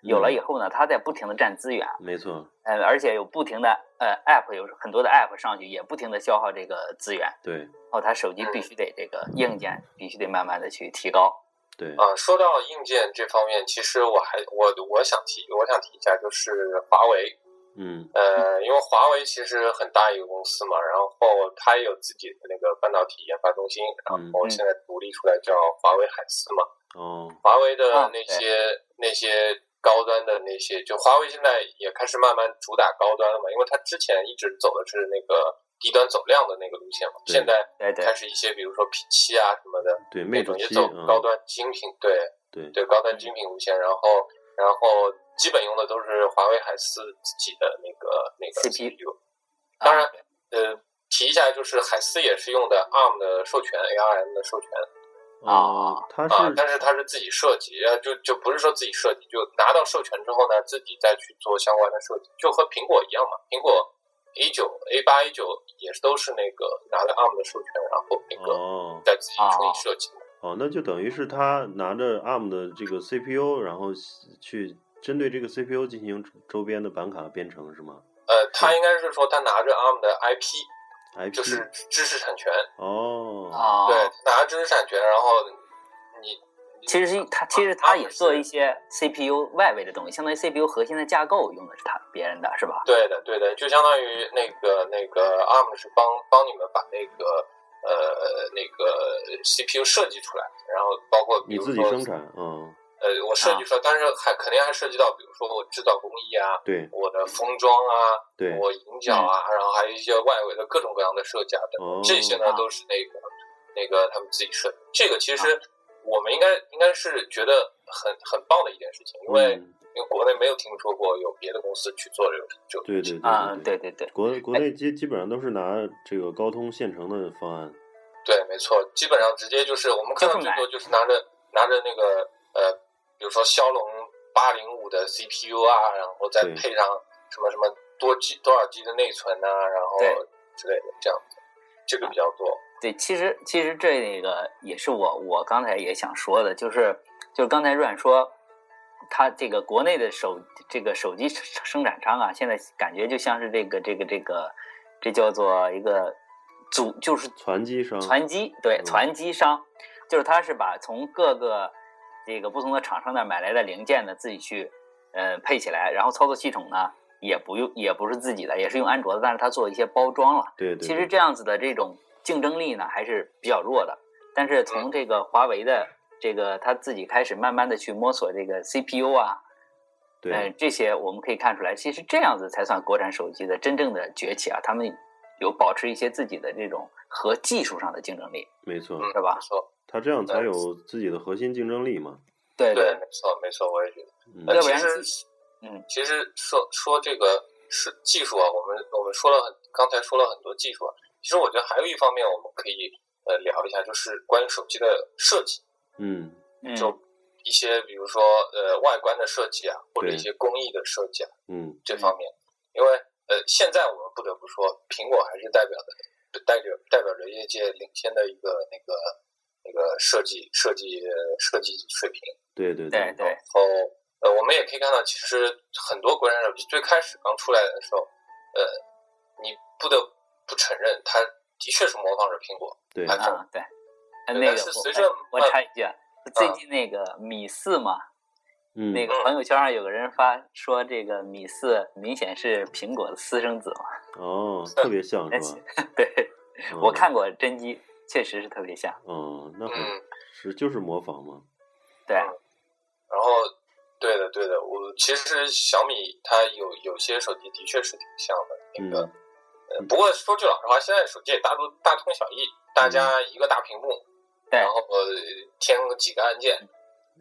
Speaker 2: 有
Speaker 1: 嗯
Speaker 2: 了以后呢，它在不停的占资源，
Speaker 1: 没错，
Speaker 2: 呃，而且有不停的呃 app 有很多的 app 上去，也不停的消耗这个资源，
Speaker 1: 对
Speaker 2: 然后它手机必须得这个硬件必须得慢慢的去提高，
Speaker 1: 对，
Speaker 3: 啊、说到硬件这方面，其实我还我我想提，我想提一下，就是华为，
Speaker 1: 嗯
Speaker 3: 呃，因为华为其实很大一个公司嘛，然后它也有自己的那个半导体研发中心，然后
Speaker 2: 嗯
Speaker 3: 现在独立出来叫华为海思嘛。
Speaker 1: 哦，
Speaker 3: 华为的
Speaker 2: 啊
Speaker 3: 那些、那些高端的那些，就华为现在也开始慢慢主打高端了嘛，因为它之前一直走的是那个低端走量的那个路线嘛，
Speaker 1: 对
Speaker 3: 现在
Speaker 2: 对对
Speaker 3: 开始一些比如说 P 七啊什么的
Speaker 1: 对
Speaker 3: 那
Speaker 1: ，Mate
Speaker 3: 种也
Speaker 1: 七
Speaker 2: 嗯
Speaker 3: 走
Speaker 1: 啊，
Speaker 3: 高端精品，对
Speaker 1: 对
Speaker 3: 对高端精品路线，然后然后基本用的都是华为海思自己的那个那个
Speaker 2: CPU
Speaker 3: CPU，当然
Speaker 2: 啊对
Speaker 3: 呃。提一下，就是海思也是用的 ARM 的授权，ARM 的授权，
Speaker 1: 哦，它
Speaker 3: 啊，
Speaker 1: 是
Speaker 3: 但是它是自己设计，呃，就就不是说自己设计，就拿到授权之后呢，自己再去做相关的设计，就和苹果一样嘛。苹果 A 九、A 八、A 九也是都是那个拿了 ARM 的授权，然后那个
Speaker 1: 哦
Speaker 3: 再自己重新设计。
Speaker 1: 哦，那就等于是它拿着 ARM 的这个 CPU，然后去针对这个 CPU 进行周边的板卡编程是吗
Speaker 3: 呃，他应该是说他拿着 ARM 的 IP，
Speaker 1: ？IP
Speaker 3: 就是知识产权，
Speaker 1: 嗯哦，
Speaker 2: 啊，
Speaker 3: 对，拿着知识产权，然后你
Speaker 2: 其实是它，其实它也做一些 CPU 外围的东西，相当于 CPU 核心的架构用的是它别人的，是吧？
Speaker 3: 对的，对的，就相当于那个那个 ARM 是帮帮你们把那个呃那个 CPU 设计出来，然后包括比
Speaker 1: 你
Speaker 3: 如
Speaker 1: 自己
Speaker 3: 说
Speaker 1: 生产，嗯，
Speaker 3: 呃呃，我涉及出来，但是还肯定还涉及到，比如说我制造工艺啊，
Speaker 1: 对
Speaker 3: 我的封装啊，
Speaker 1: 对，嗯
Speaker 3: 我银角啊，然后还有一些外围的各种各样的设计啊等
Speaker 1: 哦，
Speaker 3: 这些呢
Speaker 2: 啊
Speaker 3: 都是那个那个他们自己设计。这个其实我们应该应该是觉得很很棒的一件事情，因为
Speaker 1: 嗯
Speaker 3: 因为国内没有听说过有别的公司去做这个这个
Speaker 1: 对
Speaker 3: 事
Speaker 1: 对
Speaker 3: 情。
Speaker 2: 啊，
Speaker 1: 嗯对
Speaker 2: 对对对，
Speaker 1: 国国内基基本上都是拿这个高通现成的方案，
Speaker 3: 对，没错，基本上直接就是我们看到
Speaker 2: 就是
Speaker 3: 最
Speaker 2: 买
Speaker 3: 多就是拿着拿着那个呃，比如说骁龙八零五的 CPU 啊，然后再
Speaker 1: 对
Speaker 3: 配上什么什么多 G 多少 G 的内存呐、然后
Speaker 2: 对
Speaker 3: 之类的这样子，这个比较多。
Speaker 2: 对，其实其实这个也是我我刚才也想说的，就是就是刚才阮说，他这个国内的手这个手机生产商啊，现在感觉就像是这个这个这个，这叫做一个组，就是
Speaker 1: 传机商，
Speaker 2: 传机，对
Speaker 1: 嗯，
Speaker 2: 传机商，就是他是把从各个这个不同的厂商那儿买来的零件呢，自己去呃配起来，然后操作系统呢也不用，也不是自己的，也是用安卓的，但是他做一些包装了。
Speaker 1: 对对，
Speaker 2: 其实
Speaker 1: 对
Speaker 2: 这样子的这种竞争力呢，还是比较弱的。但是从这个华为的这个他自己开始慢慢的去摸索这个 CPU 啊，呃
Speaker 1: 对
Speaker 2: 这些我们可以看出来，其实这样子才算国产手机的真正的崛起啊。他们有保持一些自己的这种和技术上的竞争力，
Speaker 1: 没错，
Speaker 3: 嗯，
Speaker 2: 是吧
Speaker 3: 没错，
Speaker 1: 他这样才有自己的核心竞争力嘛，
Speaker 2: 对
Speaker 3: 对，没错，没错，我也觉得。
Speaker 1: 嗯，
Speaker 3: 呃
Speaker 2: 要不
Speaker 3: 其
Speaker 2: 然
Speaker 3: 实，
Speaker 2: 嗯，
Speaker 3: 其实说说这个是技术啊，我们我们说了很，刚才说了很多技术啊。其实我觉得还有一方面我们可以呃聊一下，就是关于手机的设计。
Speaker 1: 嗯
Speaker 2: 嗯，
Speaker 3: 就一些比如说呃外观的设计啊，或者
Speaker 1: 对
Speaker 3: 一些工艺的设计啊
Speaker 1: 嗯，
Speaker 3: 这方面，因为呃现在我们不得不说，苹果还是代表的代表代表着业界领先的一个那个那个设计设计设计水平。
Speaker 1: 对对
Speaker 2: 对对
Speaker 3: 然后呃我们也可以看到，其实很多国产手机最开始刚出来的时候，呃你不得不承认它的确是模仿着苹果，
Speaker 1: 对，
Speaker 3: 还
Speaker 2: 啊对，呃
Speaker 3: 对
Speaker 2: 那
Speaker 3: 但
Speaker 2: 个
Speaker 3: 是
Speaker 2: 我
Speaker 3: 随
Speaker 2: 哎
Speaker 3: 着
Speaker 2: 我
Speaker 3: 慢
Speaker 2: 插一句啊，最近那个米四嘛，
Speaker 1: 嗯，
Speaker 2: 那个朋友圈上有个人发说，这个米四明显是苹果的私生子嘛。
Speaker 1: 哦，特别像是吧？
Speaker 2: 对，
Speaker 1: 嗯
Speaker 2: 哎 我，看过真机，确实是特别像。
Speaker 1: 嗯，那很
Speaker 3: 嗯。
Speaker 1: 是就是模仿嘛，
Speaker 2: 对，
Speaker 1: 嗯
Speaker 3: 然后，对的，对的，我其实小米它有有些手机的确是挺像的，那个、
Speaker 1: 嗯
Speaker 3: 呃，不过说句老实话，现在手机也大都大同小异，大家一个大屏幕，
Speaker 2: 嗯对
Speaker 3: 然后呃添个几个按键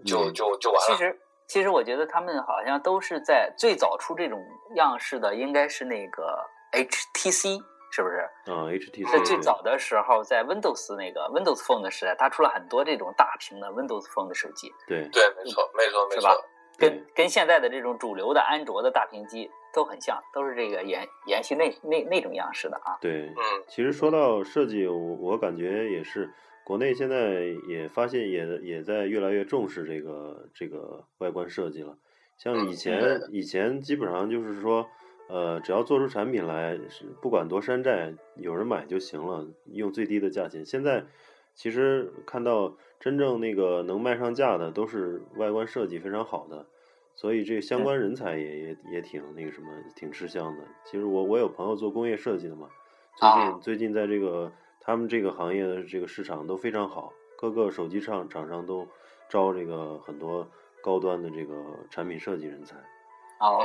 Speaker 3: 就、
Speaker 1: 嗯
Speaker 3: 就就完
Speaker 2: 其
Speaker 3: 了。
Speaker 2: 实其实我觉得他们好像都是在最早出这种样式的，应该是那个 HTC，是不是？
Speaker 1: 啊，HTC
Speaker 2: 是最
Speaker 1: 对
Speaker 2: 早的时候，在 Windows 那个 Windows Phone 的时代，它出了很多这种大屏的 Windows Phone 的手机，
Speaker 1: 对
Speaker 3: 对，没错，没错，没
Speaker 2: 是
Speaker 3: 错
Speaker 2: 吧，
Speaker 1: 对
Speaker 2: 跟跟现在的这种主流的安卓的大屏机都很像，都是这个沿沿袭那那那种样式的啊。
Speaker 1: 对，
Speaker 3: 嗯，
Speaker 1: 其实说到设计，我我感觉也是，国内现在也发现也也在越来越重视这个这个外观设计了。像以前以前基本上就是说，呃，只要做出产品来，是不管多山寨，有人买就行了，用最低的价钱。现在其实看到真正那个能卖上价的，都是外观设计非常好的。所以这相关人才也也也挺那个什么，挺吃香的。其实我我有朋友做工业设计的嘛，最近、
Speaker 2: 啊
Speaker 1: 最近在这个他们这个行业的这个市场都非常好，各个手机厂厂商都招这个很多高端的这个产品设计人才。
Speaker 2: 哦，
Speaker 3: 嗯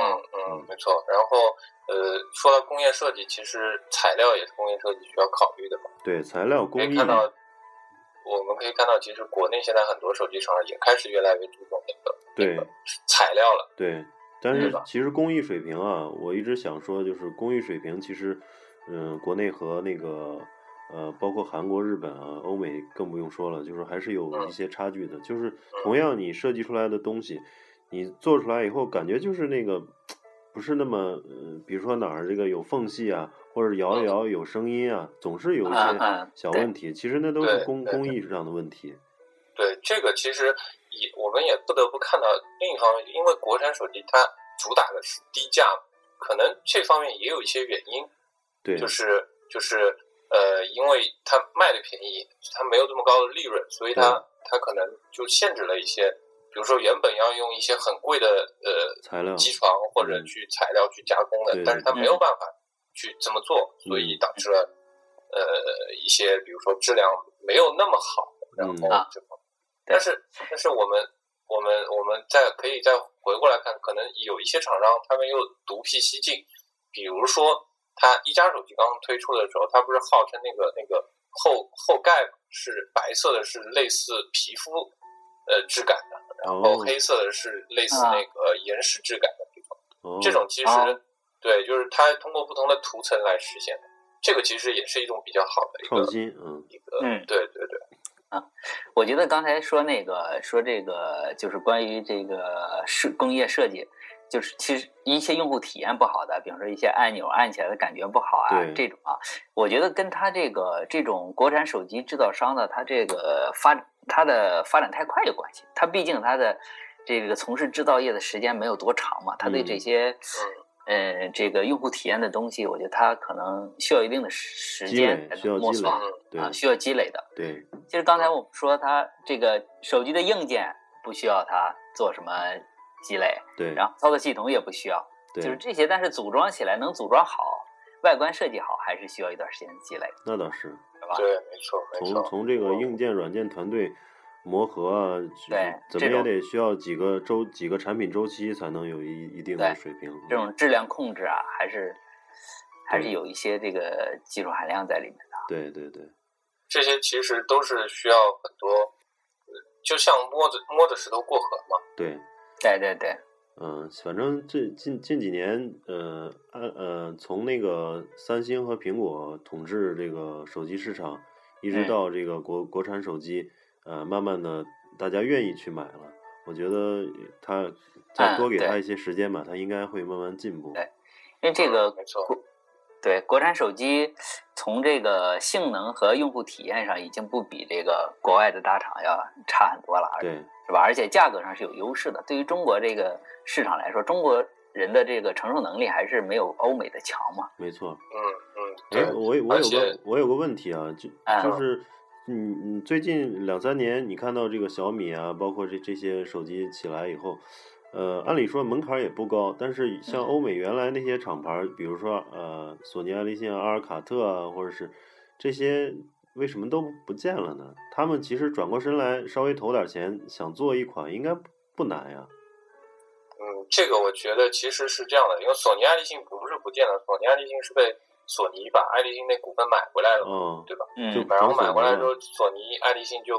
Speaker 3: 嗯，没错。然后呃，说到工业设计，其实材料也是工业设计需要考虑的嘛。
Speaker 1: 对，材料工
Speaker 3: 可以
Speaker 1: 艺，
Speaker 3: 哎看到，我们可以看到，其实国内现在很多手机厂商也开始越来越注重那个
Speaker 1: 对
Speaker 3: 材料了。
Speaker 1: 对，但
Speaker 2: 对
Speaker 1: 是
Speaker 3: 吧
Speaker 1: 其实工艺水平啊，我一直想说，就是工艺水平其实，嗯，国内和那个呃，包括韩国、日本啊、欧美更不用说了，就是还是
Speaker 3: 嗯
Speaker 1: 有一些差距的。就是同样你设计出来的东西，你做出来以后，感觉就是那个不是那么，呃，比如说哪儿这个有缝隙啊，或者
Speaker 3: 嗯
Speaker 1: 摇一摇有声音啊，总是有一
Speaker 2: 啊
Speaker 1: 些
Speaker 2: 啊
Speaker 1: 小
Speaker 2: 对
Speaker 1: 问题。其实那都是
Speaker 3: 对
Speaker 1: 工
Speaker 3: 对
Speaker 1: 工艺上的问题。
Speaker 3: 对，这个其实也我们也不得不看到另一方面，因为国产手机它主打的是低价，可能这方面也有一些原因，
Speaker 1: 对，
Speaker 3: 就是就是呃，因为它卖的便宜，它没有这么高的利润，所以它它可能就限制了一些，比如说原本要用一些很贵的呃
Speaker 1: 材料，
Speaker 3: 机床或者
Speaker 1: 嗯
Speaker 3: 去材料去加工的
Speaker 1: 对，
Speaker 3: 但是
Speaker 1: 对
Speaker 3: 它
Speaker 2: 对
Speaker 3: 没有办法去这么做，所以
Speaker 1: 嗯
Speaker 3: 导致了呃一些比如说质量没有那么好，然后
Speaker 1: 嗯
Speaker 3: 这方
Speaker 2: 对
Speaker 3: 面。但是但是我们我们我们再可以再回过来看，可能有一些厂商他们又独辟蹊径，比如说它一加手机刚推出的时候，它不是号称那个那个后后盖是白色的，是类似皮肤呃质感的，然后
Speaker 1: 哦啊
Speaker 3: 黑色的是类似那个岩石质感的地方。
Speaker 1: 哦，
Speaker 3: 这种其实、
Speaker 2: 哦
Speaker 3: 对，就是它通过不同的涂层来实现的，这个其实也是一种比较好的一
Speaker 1: 创
Speaker 3: 个
Speaker 1: 新，嗯，
Speaker 3: 一个，
Speaker 2: 嗯
Speaker 3: 对对对，
Speaker 2: 我觉得刚才说那个说这个就是关于这个设工业设计，就是其实一些用户体验不好的，比如说一些按钮按起来的感觉不好啊
Speaker 1: 对，
Speaker 2: 这种啊，我觉得跟它这个这种国产手机制造商呢，它这个发它的发展太快有关系。它毕竟它的这个从事制造业的时间没有多长嘛，它对这
Speaker 1: 嗯
Speaker 2: 些、呃这个用户体验的东西，我觉得它可能需要一定的时时
Speaker 1: 积累
Speaker 2: 间才
Speaker 1: 需要
Speaker 2: 能摸
Speaker 1: 积
Speaker 2: 索
Speaker 1: 累
Speaker 2: 啊，
Speaker 1: 对
Speaker 2: 需要积累的。
Speaker 1: 对，
Speaker 2: 其实刚才我们说它这个手机的硬件不需要它做什么积累，
Speaker 1: 对，
Speaker 2: 然后操作系统也不需要，
Speaker 1: 对，
Speaker 2: 就是这些。但是组装起来能组装好，外观设计好，还是需要一段时间的积累，
Speaker 1: 那倒是，
Speaker 2: 对吧？
Speaker 3: 对，没错没
Speaker 1: 从
Speaker 3: 错。
Speaker 1: 从这个硬件、软件团队磨合啊，
Speaker 2: 对
Speaker 1: 怎么
Speaker 2: 这
Speaker 1: 也
Speaker 2: 种
Speaker 1: 得需要几个周、几个产品周期才能有一一定的
Speaker 2: 对
Speaker 1: 水平。
Speaker 2: 这种质量控制啊，还是还是
Speaker 1: 对
Speaker 2: 有一些这个技术含量在里面的。
Speaker 1: 对对对，
Speaker 3: 这些其实都是需要很多，呃就像摸着摸着石头过河嘛。
Speaker 1: 对，
Speaker 2: 对对对，
Speaker 1: 嗯、反正这近近几年，呃，按呃，从那个三星和苹果统治这个手机市场，一直
Speaker 2: 嗯
Speaker 1: 到这个国国产手机，呃，慢慢的大家愿意去买了。我觉得它再
Speaker 2: 嗯
Speaker 1: 多给
Speaker 2: 对
Speaker 1: 它一些时间吧，它应该会慢慢进步。
Speaker 2: 对因为这
Speaker 1: 嗯
Speaker 2: 个
Speaker 3: 没错，
Speaker 2: 对国产手机从这个性能和用户体验上，已经不比这个国外的大厂要差很多了，而且
Speaker 1: 对
Speaker 2: 是吧？而且价格上是有优势的。对于中国这个市场来说，中国人的这个承受能力还是没有欧美的强嘛。
Speaker 1: 没错。
Speaker 3: 嗯嗯，对
Speaker 1: 哎，，我有我
Speaker 3: 而
Speaker 1: 有个
Speaker 3: 且
Speaker 1: 我有个问题啊，就
Speaker 2: 哎
Speaker 1: 就是你你最近两三年，你看到这个小米啊，包括这这些手机起来以后，呃，按理说门槛儿也不高，但是像
Speaker 2: 嗯
Speaker 1: 欧美原来那些厂牌儿，比如说呃索尼、爱立信啊、阿尔卡特啊，或者是这些，为什么都不见了呢？他们其实转过身来，稍微投点钱，想做一款应该不不难呀。
Speaker 3: 嗯，这个我觉得其实是这样的，因为索尼爱立信不是不见了，索尼爱立信是被索尼把爱立信的股份买回来了嘛，
Speaker 1: 嗯，
Speaker 3: 对吧？
Speaker 1: 就
Speaker 2: 嗯，
Speaker 3: 然
Speaker 1: 找
Speaker 3: 后
Speaker 1: 索尼
Speaker 3: 买回来
Speaker 1: 了
Speaker 3: 之后，索尼爱立信就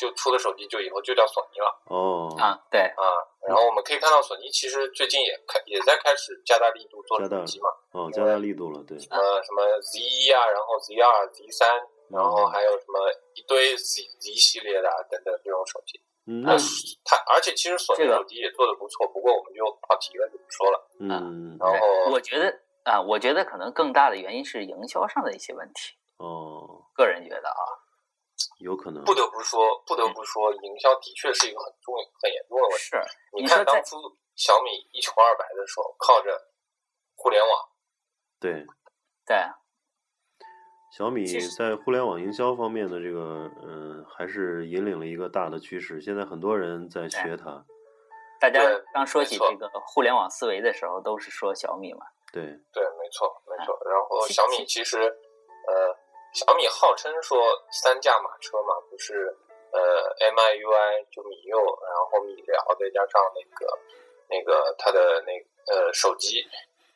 Speaker 3: 就出的手机就以后就叫索尼了
Speaker 1: 哦，
Speaker 2: 啊，对，
Speaker 3: 啊。然后我们可以看到，索尼其实最近也开也在开始加大力度做
Speaker 1: 加大
Speaker 3: 手机嘛，
Speaker 1: 哦，加大力度了，对，
Speaker 3: 什呃么什么 Z 一啊，然后 Z 二、Z 三，然后
Speaker 1: 嗯
Speaker 3: 还有什么一堆 Z Z 系列的啊等等这种手机。
Speaker 1: 嗯
Speaker 3: 那
Speaker 1: 那
Speaker 3: 它而且其实索尼
Speaker 2: 这个
Speaker 3: 手机也做的不错，不过我们就跑题了，就不说了。
Speaker 1: 嗯
Speaker 3: 然后
Speaker 2: 我觉得啊，我觉得可能更大的原因是营销上的一些问题。
Speaker 1: 哦。
Speaker 2: 个人觉得啊，
Speaker 1: 有可能
Speaker 3: 不得不说，不得不说，营销的确是一个很重很严重的问题。
Speaker 2: 是
Speaker 3: 你
Speaker 2: 你
Speaker 3: 看
Speaker 2: 说在
Speaker 3: 当初小米一穷二白的时候，靠着互联网，
Speaker 1: 对
Speaker 2: 对，
Speaker 1: 小米
Speaker 2: 其实
Speaker 1: 在互联网营销方面的这个，嗯，还是引领了一个大的趋势。现在很多人在学它，
Speaker 2: 大家
Speaker 3: 对
Speaker 2: 刚说起
Speaker 3: 没错
Speaker 2: 这个互联网思维的时候，都是说小米嘛。
Speaker 1: 对，
Speaker 3: 对，没错，没错。然后
Speaker 2: 其
Speaker 3: 小米嗯其实，呃，小米号称说三驾马车嘛，不是呃 MIUI 就米六，然后米聊再加上那个那个它的那呃手机，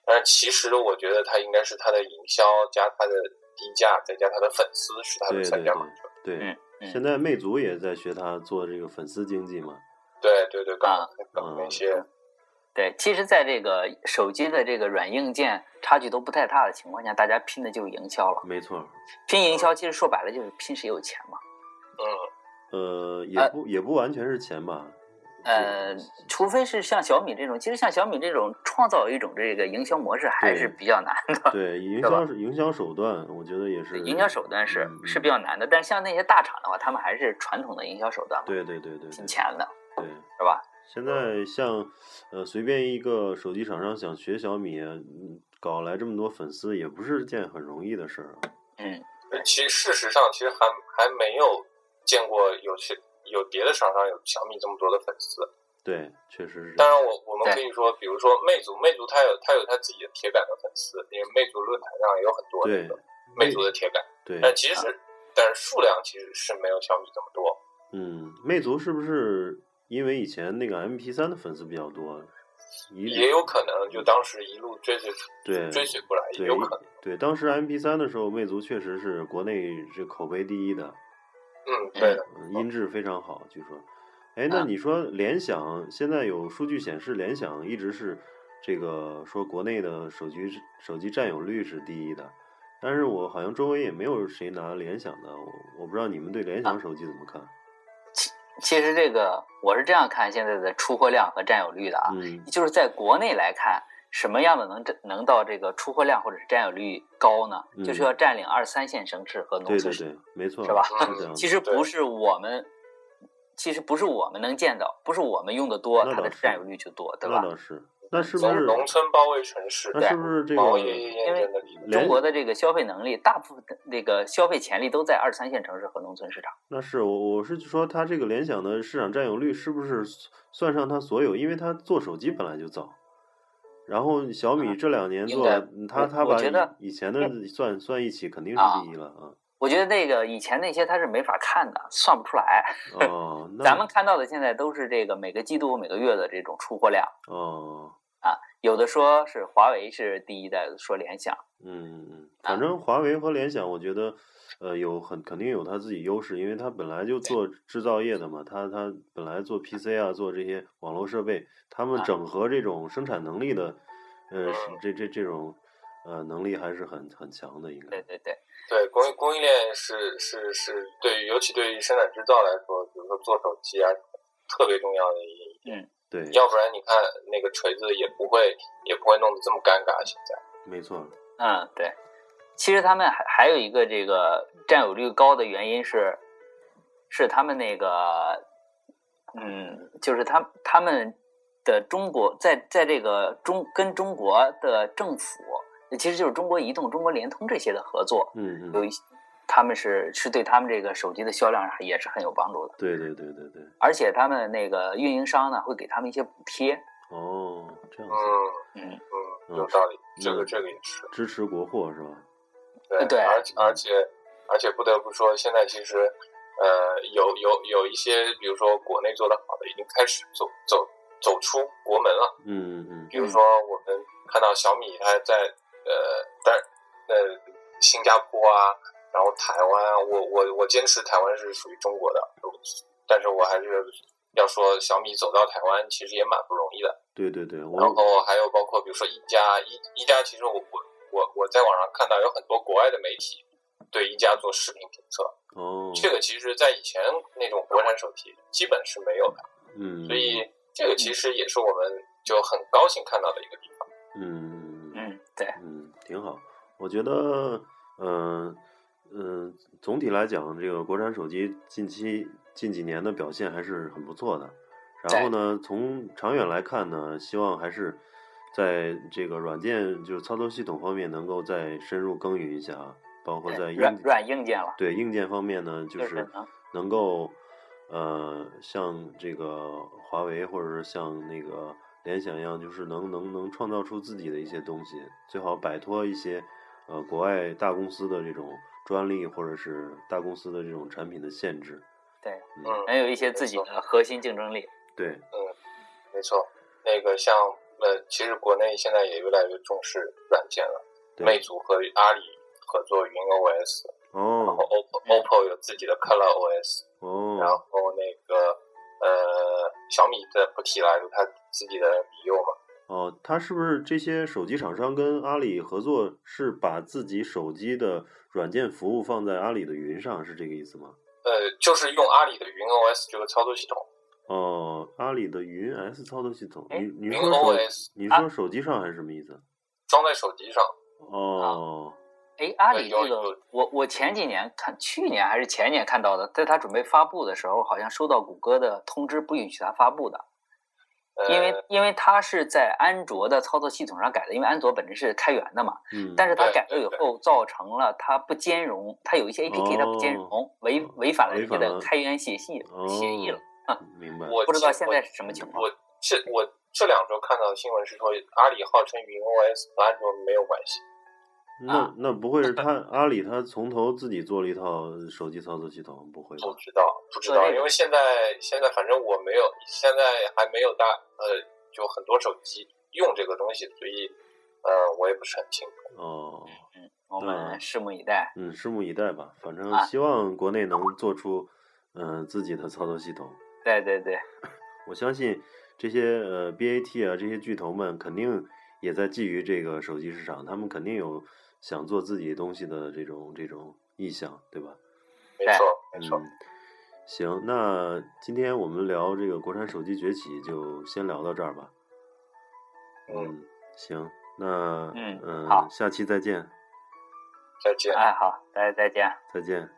Speaker 3: 但是其实我觉得它应该是它的营销加它的低价再加它的粉丝是它
Speaker 1: 对
Speaker 3: 的
Speaker 1: 对
Speaker 3: 三
Speaker 1: 对
Speaker 3: 驾马车。
Speaker 1: 对。
Speaker 2: 嗯嗯，
Speaker 1: 现在魅族也在学它做这个粉丝经济嘛，
Speaker 3: 对对对，搞
Speaker 2: 啊
Speaker 3: 搞那
Speaker 1: 嗯
Speaker 3: 些，
Speaker 2: 对，其实，在这个手机的这个软硬件差距都不太大的情况下，大家拼的就是营销了。
Speaker 1: 没错儿。
Speaker 2: 拼营销，其实说白了就是拼谁有钱嘛。
Speaker 3: 嗯，
Speaker 1: 呃，也
Speaker 2: 呃
Speaker 1: 不也不完全是钱吧，
Speaker 2: 呃，除非是像小米这种，其实像小米这种创造一种这个营销模式还
Speaker 1: 对
Speaker 2: 是比较难的，
Speaker 1: 对 营
Speaker 2: 吧
Speaker 1: 销是营销手段，我觉得也是
Speaker 2: 营销手段是、
Speaker 1: 嗯
Speaker 2: 是比较难的。但是像那些大厂的话，他们还是传统的营销手段嘛，
Speaker 1: 对对对对对
Speaker 2: 挺钱的，
Speaker 1: 对。
Speaker 2: 是吧？
Speaker 1: 现在像呃随便一个手机厂商想学小米，嗯搞来这么多粉丝也不是件很容易的事儿。啊
Speaker 2: 嗯，
Speaker 3: 其实事实上，其实还还没有见过有些有别的厂商有小米这么多的粉丝。
Speaker 1: 对，确实是这
Speaker 3: 当
Speaker 1: 样。
Speaker 3: 然我，我们可以说，比如说魅族，魅族它有它有它自己的铁杆的粉丝，因为魅族论坛上也有很多那
Speaker 1: 对
Speaker 3: 个魅族的铁杆，
Speaker 1: 对，
Speaker 3: 但其实但是数量其实是没有小米这么多。
Speaker 1: 嗯，魅族是不是因为以前那个 MP 三的粉丝比较多，一
Speaker 3: 也有可能就当时一路追随
Speaker 1: 对
Speaker 3: 追随过来，也
Speaker 1: 对
Speaker 3: 有可能。
Speaker 1: 对，当时 MP 三的时候，魅族确实是国内这口碑第一的，
Speaker 3: 嗯，对的，
Speaker 1: 嗯音质非常好，据说。哎，那
Speaker 3: 嗯
Speaker 2: 啊
Speaker 1: 你说联想现在有数据显示，联想一直是这个说国内的手机手机占有率是第一的，但是我好像周围也没有谁拿联想的，我我不知道你们对联想手机怎么看？
Speaker 2: 其实这个我是这样看现在的出货量和占有率的啊，
Speaker 1: 嗯
Speaker 2: 就是在国内来看，什么样的能占能到这个出货量或者是占有率高呢？
Speaker 1: 嗯
Speaker 2: 就是要占领二三线城市和农
Speaker 1: 对
Speaker 2: 村
Speaker 1: 对
Speaker 2: 市。
Speaker 1: 对，没错，
Speaker 2: 是吧嗯
Speaker 1: 是这样的。
Speaker 2: 其实不
Speaker 3: 对
Speaker 2: 是我们，其实不是我们能见到，不是我们用的多，
Speaker 1: 那
Speaker 2: 它的
Speaker 1: 倒是
Speaker 2: 占有率就多，对
Speaker 1: 那
Speaker 2: 吧？
Speaker 1: 倒是，那是不
Speaker 3: 从
Speaker 1: 是
Speaker 3: 农村包围城市，
Speaker 1: 那是不是这
Speaker 3: 毛
Speaker 1: 个
Speaker 3: 爷爷验证的理论。
Speaker 1: 联
Speaker 2: 中国的这个消费能力，大部分的这个消费潜力都在二三线城市和农村市场。
Speaker 1: 那是我我是说，它这个联想的市场占有率是不是算上它所有？因为它做手机本来就早，然后小米
Speaker 2: 啊
Speaker 1: 这两年
Speaker 2: 应
Speaker 1: 做
Speaker 2: 该，
Speaker 1: 它
Speaker 2: 我
Speaker 1: 它
Speaker 2: 我
Speaker 1: 把
Speaker 2: 觉得嗯
Speaker 1: 以以前的算算一起，肯定是
Speaker 2: 啊
Speaker 1: 第一了啊。
Speaker 2: 我觉得那个以前那些它是没法看的，算不出来。
Speaker 1: 哦，那
Speaker 2: 咱们看到的现在都是这个每个季度、每个月的这种出货量
Speaker 1: 哦，
Speaker 2: 啊，有的说是华为是第一代，有的说联想。
Speaker 1: 嗯嗯嗯，
Speaker 3: 啊
Speaker 1: 反正华为和联想，我觉得呃有很肯定有它自己优势，因为它本来就做制造业的嘛，它它本来
Speaker 3: 嗯
Speaker 1: 做 PC 啊，做这些网络设备，他们
Speaker 2: 啊
Speaker 1: 整合这种生产能力的，呃，
Speaker 3: 嗯
Speaker 1: 是这这这种呃能力还是很很强的，应
Speaker 2: 对
Speaker 1: 该。
Speaker 2: 对对，
Speaker 3: 对供应供应链是是是对于，尤其对于生产制造来说，比如说做手机啊，特别重要的一点。
Speaker 1: 对，
Speaker 3: 要不然你看那个锤子也不会也不会弄得这么尴尬。现在，
Speaker 1: 没错。
Speaker 2: 嗯对。其实他们还还有一个这个占有率高的原因是，是他们那个，嗯，就是他他们的中国在在这个中跟中国的政府，其实就是中国移动、中国联通这些的合作，
Speaker 1: 嗯
Speaker 2: 有
Speaker 1: 嗯，
Speaker 2: 一些他们是是对他们这个手机的销量上也是很有帮助的。
Speaker 1: 对对对对对。
Speaker 2: 而且他们那个运营商呢会给他们一些补贴。
Speaker 1: 哦，这样
Speaker 3: 嗯
Speaker 1: 子，
Speaker 2: 嗯，
Speaker 3: 嗯，
Speaker 1: 嗯
Speaker 3: 有道理，这个
Speaker 1: 嗯
Speaker 3: 这个也是。
Speaker 1: 支持国货是吧？
Speaker 3: 对，
Speaker 2: 对
Speaker 3: 而且而且而且不得不说，现在其实呃有有有一些，比如说国内做的好的，已经开始走走走出国门了。
Speaker 1: 嗯嗯
Speaker 3: 比如说我们看到小米，它在呃在呃新加坡啊，然后台湾啊，我我我坚持台湾是属于中国的，但是我还是要说小米走到台湾其实也蛮不容易的。
Speaker 1: 对对对，
Speaker 3: 然
Speaker 1: 我
Speaker 3: 后还有包括比如说一加一一加，其实我我我我在网上看到有很多国外的媒体对一加做视频评测，
Speaker 1: 哦，
Speaker 3: 这个其实在以前那种国产手机基本是没有的，
Speaker 1: 嗯，
Speaker 3: 所以这个其实也是我们就很高兴看到的一个地方。
Speaker 1: 嗯嗯嗯
Speaker 2: 嗯，对，
Speaker 1: 嗯，挺好。我觉得，嗯、嗯、总体来讲，这个国产手机近期近几年的表现还是很不错的。然后呢，从长远来看呢，希望还是在这个软件就是操作系统方面能够再深入耕耘一下啊，包括在硬
Speaker 2: 软软硬件了，
Speaker 1: 对硬件方面呢，就
Speaker 2: 就是
Speaker 1: 是
Speaker 2: 能
Speaker 1: 能够呃像这个华为或者是像那个联想一样，就是能能能创造出自己的一些东西，最好摆脱一些呃国外大公司的这种专利或者是大公司的这种产品的限制。
Speaker 2: 对
Speaker 1: 嗯，
Speaker 2: 能有一些自己的核心竞争力。
Speaker 1: 对，
Speaker 3: 没错，那个像呃，其实国内现在也越来越重视软件了，魅
Speaker 1: 对，
Speaker 3: 族和阿里合作云 OS，然
Speaker 1: 哦
Speaker 3: 后 OPPO OPPO 有自己的 Color OS。然
Speaker 1: 哦，
Speaker 3: 后那个呃，小米的不提了，有它自己的米柚嘛。
Speaker 1: 哦，它是不是这些手机厂商跟阿里合作，是把自己手机的软件服务放在阿里的云上，是这个意思吗？
Speaker 3: 呃，就是用阿里的云 OS 这个操作系统，
Speaker 1: 哦，阿里的云 S 操作系统，
Speaker 2: 哎
Speaker 1: 你你
Speaker 3: 云
Speaker 1: 说手
Speaker 3: OS
Speaker 1: 你
Speaker 2: 啊
Speaker 1: 说手机上还是什么意思？
Speaker 3: 装在手机上。
Speaker 1: 哦，
Speaker 2: 哎，阿里
Speaker 3: 呃有
Speaker 2: 这个
Speaker 3: 有，
Speaker 2: 我我前几年看，去年还是前年看到的，在它准备发布的时候，好像收到谷歌的通知，不允许它发布的，
Speaker 3: 呃、
Speaker 2: 因为因为它是在安卓的操作系统上改的，因为安卓本身是开源的嘛，
Speaker 1: 嗯，
Speaker 2: 但是它
Speaker 3: 对
Speaker 2: 改了
Speaker 3: 对
Speaker 2: 以
Speaker 3: 对
Speaker 2: 后，造成了它不兼容，它有一些 APK 它不
Speaker 3: 哦
Speaker 2: 兼容，违违反了
Speaker 1: 违
Speaker 2: 人家
Speaker 1: 反
Speaker 2: 的
Speaker 1: 了
Speaker 2: 开源协议
Speaker 1: 哦
Speaker 2: 协议了。
Speaker 1: 明白，
Speaker 3: 我
Speaker 2: 不知道
Speaker 3: 记
Speaker 2: 现在是什么情况
Speaker 3: 我这我这两周看到的新闻是说，阿里号称云 OS 和安卓没有关系，
Speaker 1: 那那不会是他阿里他从头自己做了一套手机操作系统，不会吧
Speaker 3: 不？知道，不知
Speaker 2: 做
Speaker 3: 道，
Speaker 2: 那个
Speaker 3: 因为现在现在反正我没有，现在还没有大呃，就很多手机用这个东西，所以呃，我也不是很清楚。
Speaker 1: 哦，
Speaker 2: 我们
Speaker 1: 嗯
Speaker 2: 拭目以待。
Speaker 1: 嗯，拭目以待吧。反正
Speaker 2: 啊
Speaker 1: 希望国内能做出嗯、呃自己的操作系统。
Speaker 2: 对对对，
Speaker 1: 我相信这些呃 BAT 啊这些巨头们肯定也在觊觎这个手机市场，他们肯定有想做自己东西的这种这种意向，对吧？
Speaker 3: 没
Speaker 2: 对
Speaker 3: 错，没错。
Speaker 1: 嗯，行，那今天我们聊这个国产手机崛起，就先聊到这儿吧。
Speaker 3: 嗯，
Speaker 1: 嗯，行，那
Speaker 2: 嗯
Speaker 1: 嗯、
Speaker 2: 好
Speaker 1: 下期再见，
Speaker 3: 再见。
Speaker 2: 哎，好，大家再见。
Speaker 1: 再见。